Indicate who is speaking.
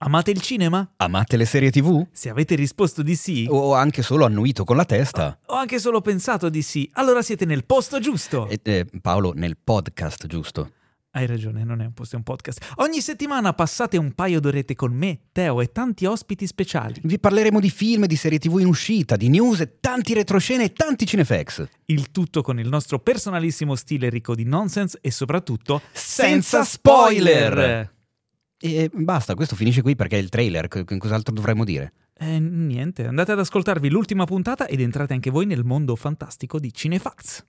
Speaker 1: Amate il cinema?
Speaker 2: Amate le serie TV?
Speaker 1: Se avete risposto di sì,
Speaker 2: O anche solo annuito con la testa?
Speaker 1: o anche solo pensato di sì, allora siete nel posto giusto.
Speaker 2: E, eh, Paolo, nel podcast giusto.
Speaker 1: Hai ragione, non è un posto, è un podcast. Ogni settimana passate un paio d'orette con me, Teo e tanti ospiti speciali.
Speaker 2: Vi parleremo di film, di serie TV in uscita, di news, e tanti retroscene e tanti cinefax.
Speaker 1: Il tutto con il nostro personalissimo stile ricco di nonsense e soprattutto
Speaker 2: Senza spoiler! E basta, questo finisce qui perché è il trailer, c- c- cos'altro dovremmo dire?
Speaker 1: Eh, niente, andate ad ascoltarvi l'ultima puntata ed entrate anche voi nel mondo fantastico di Cinefax.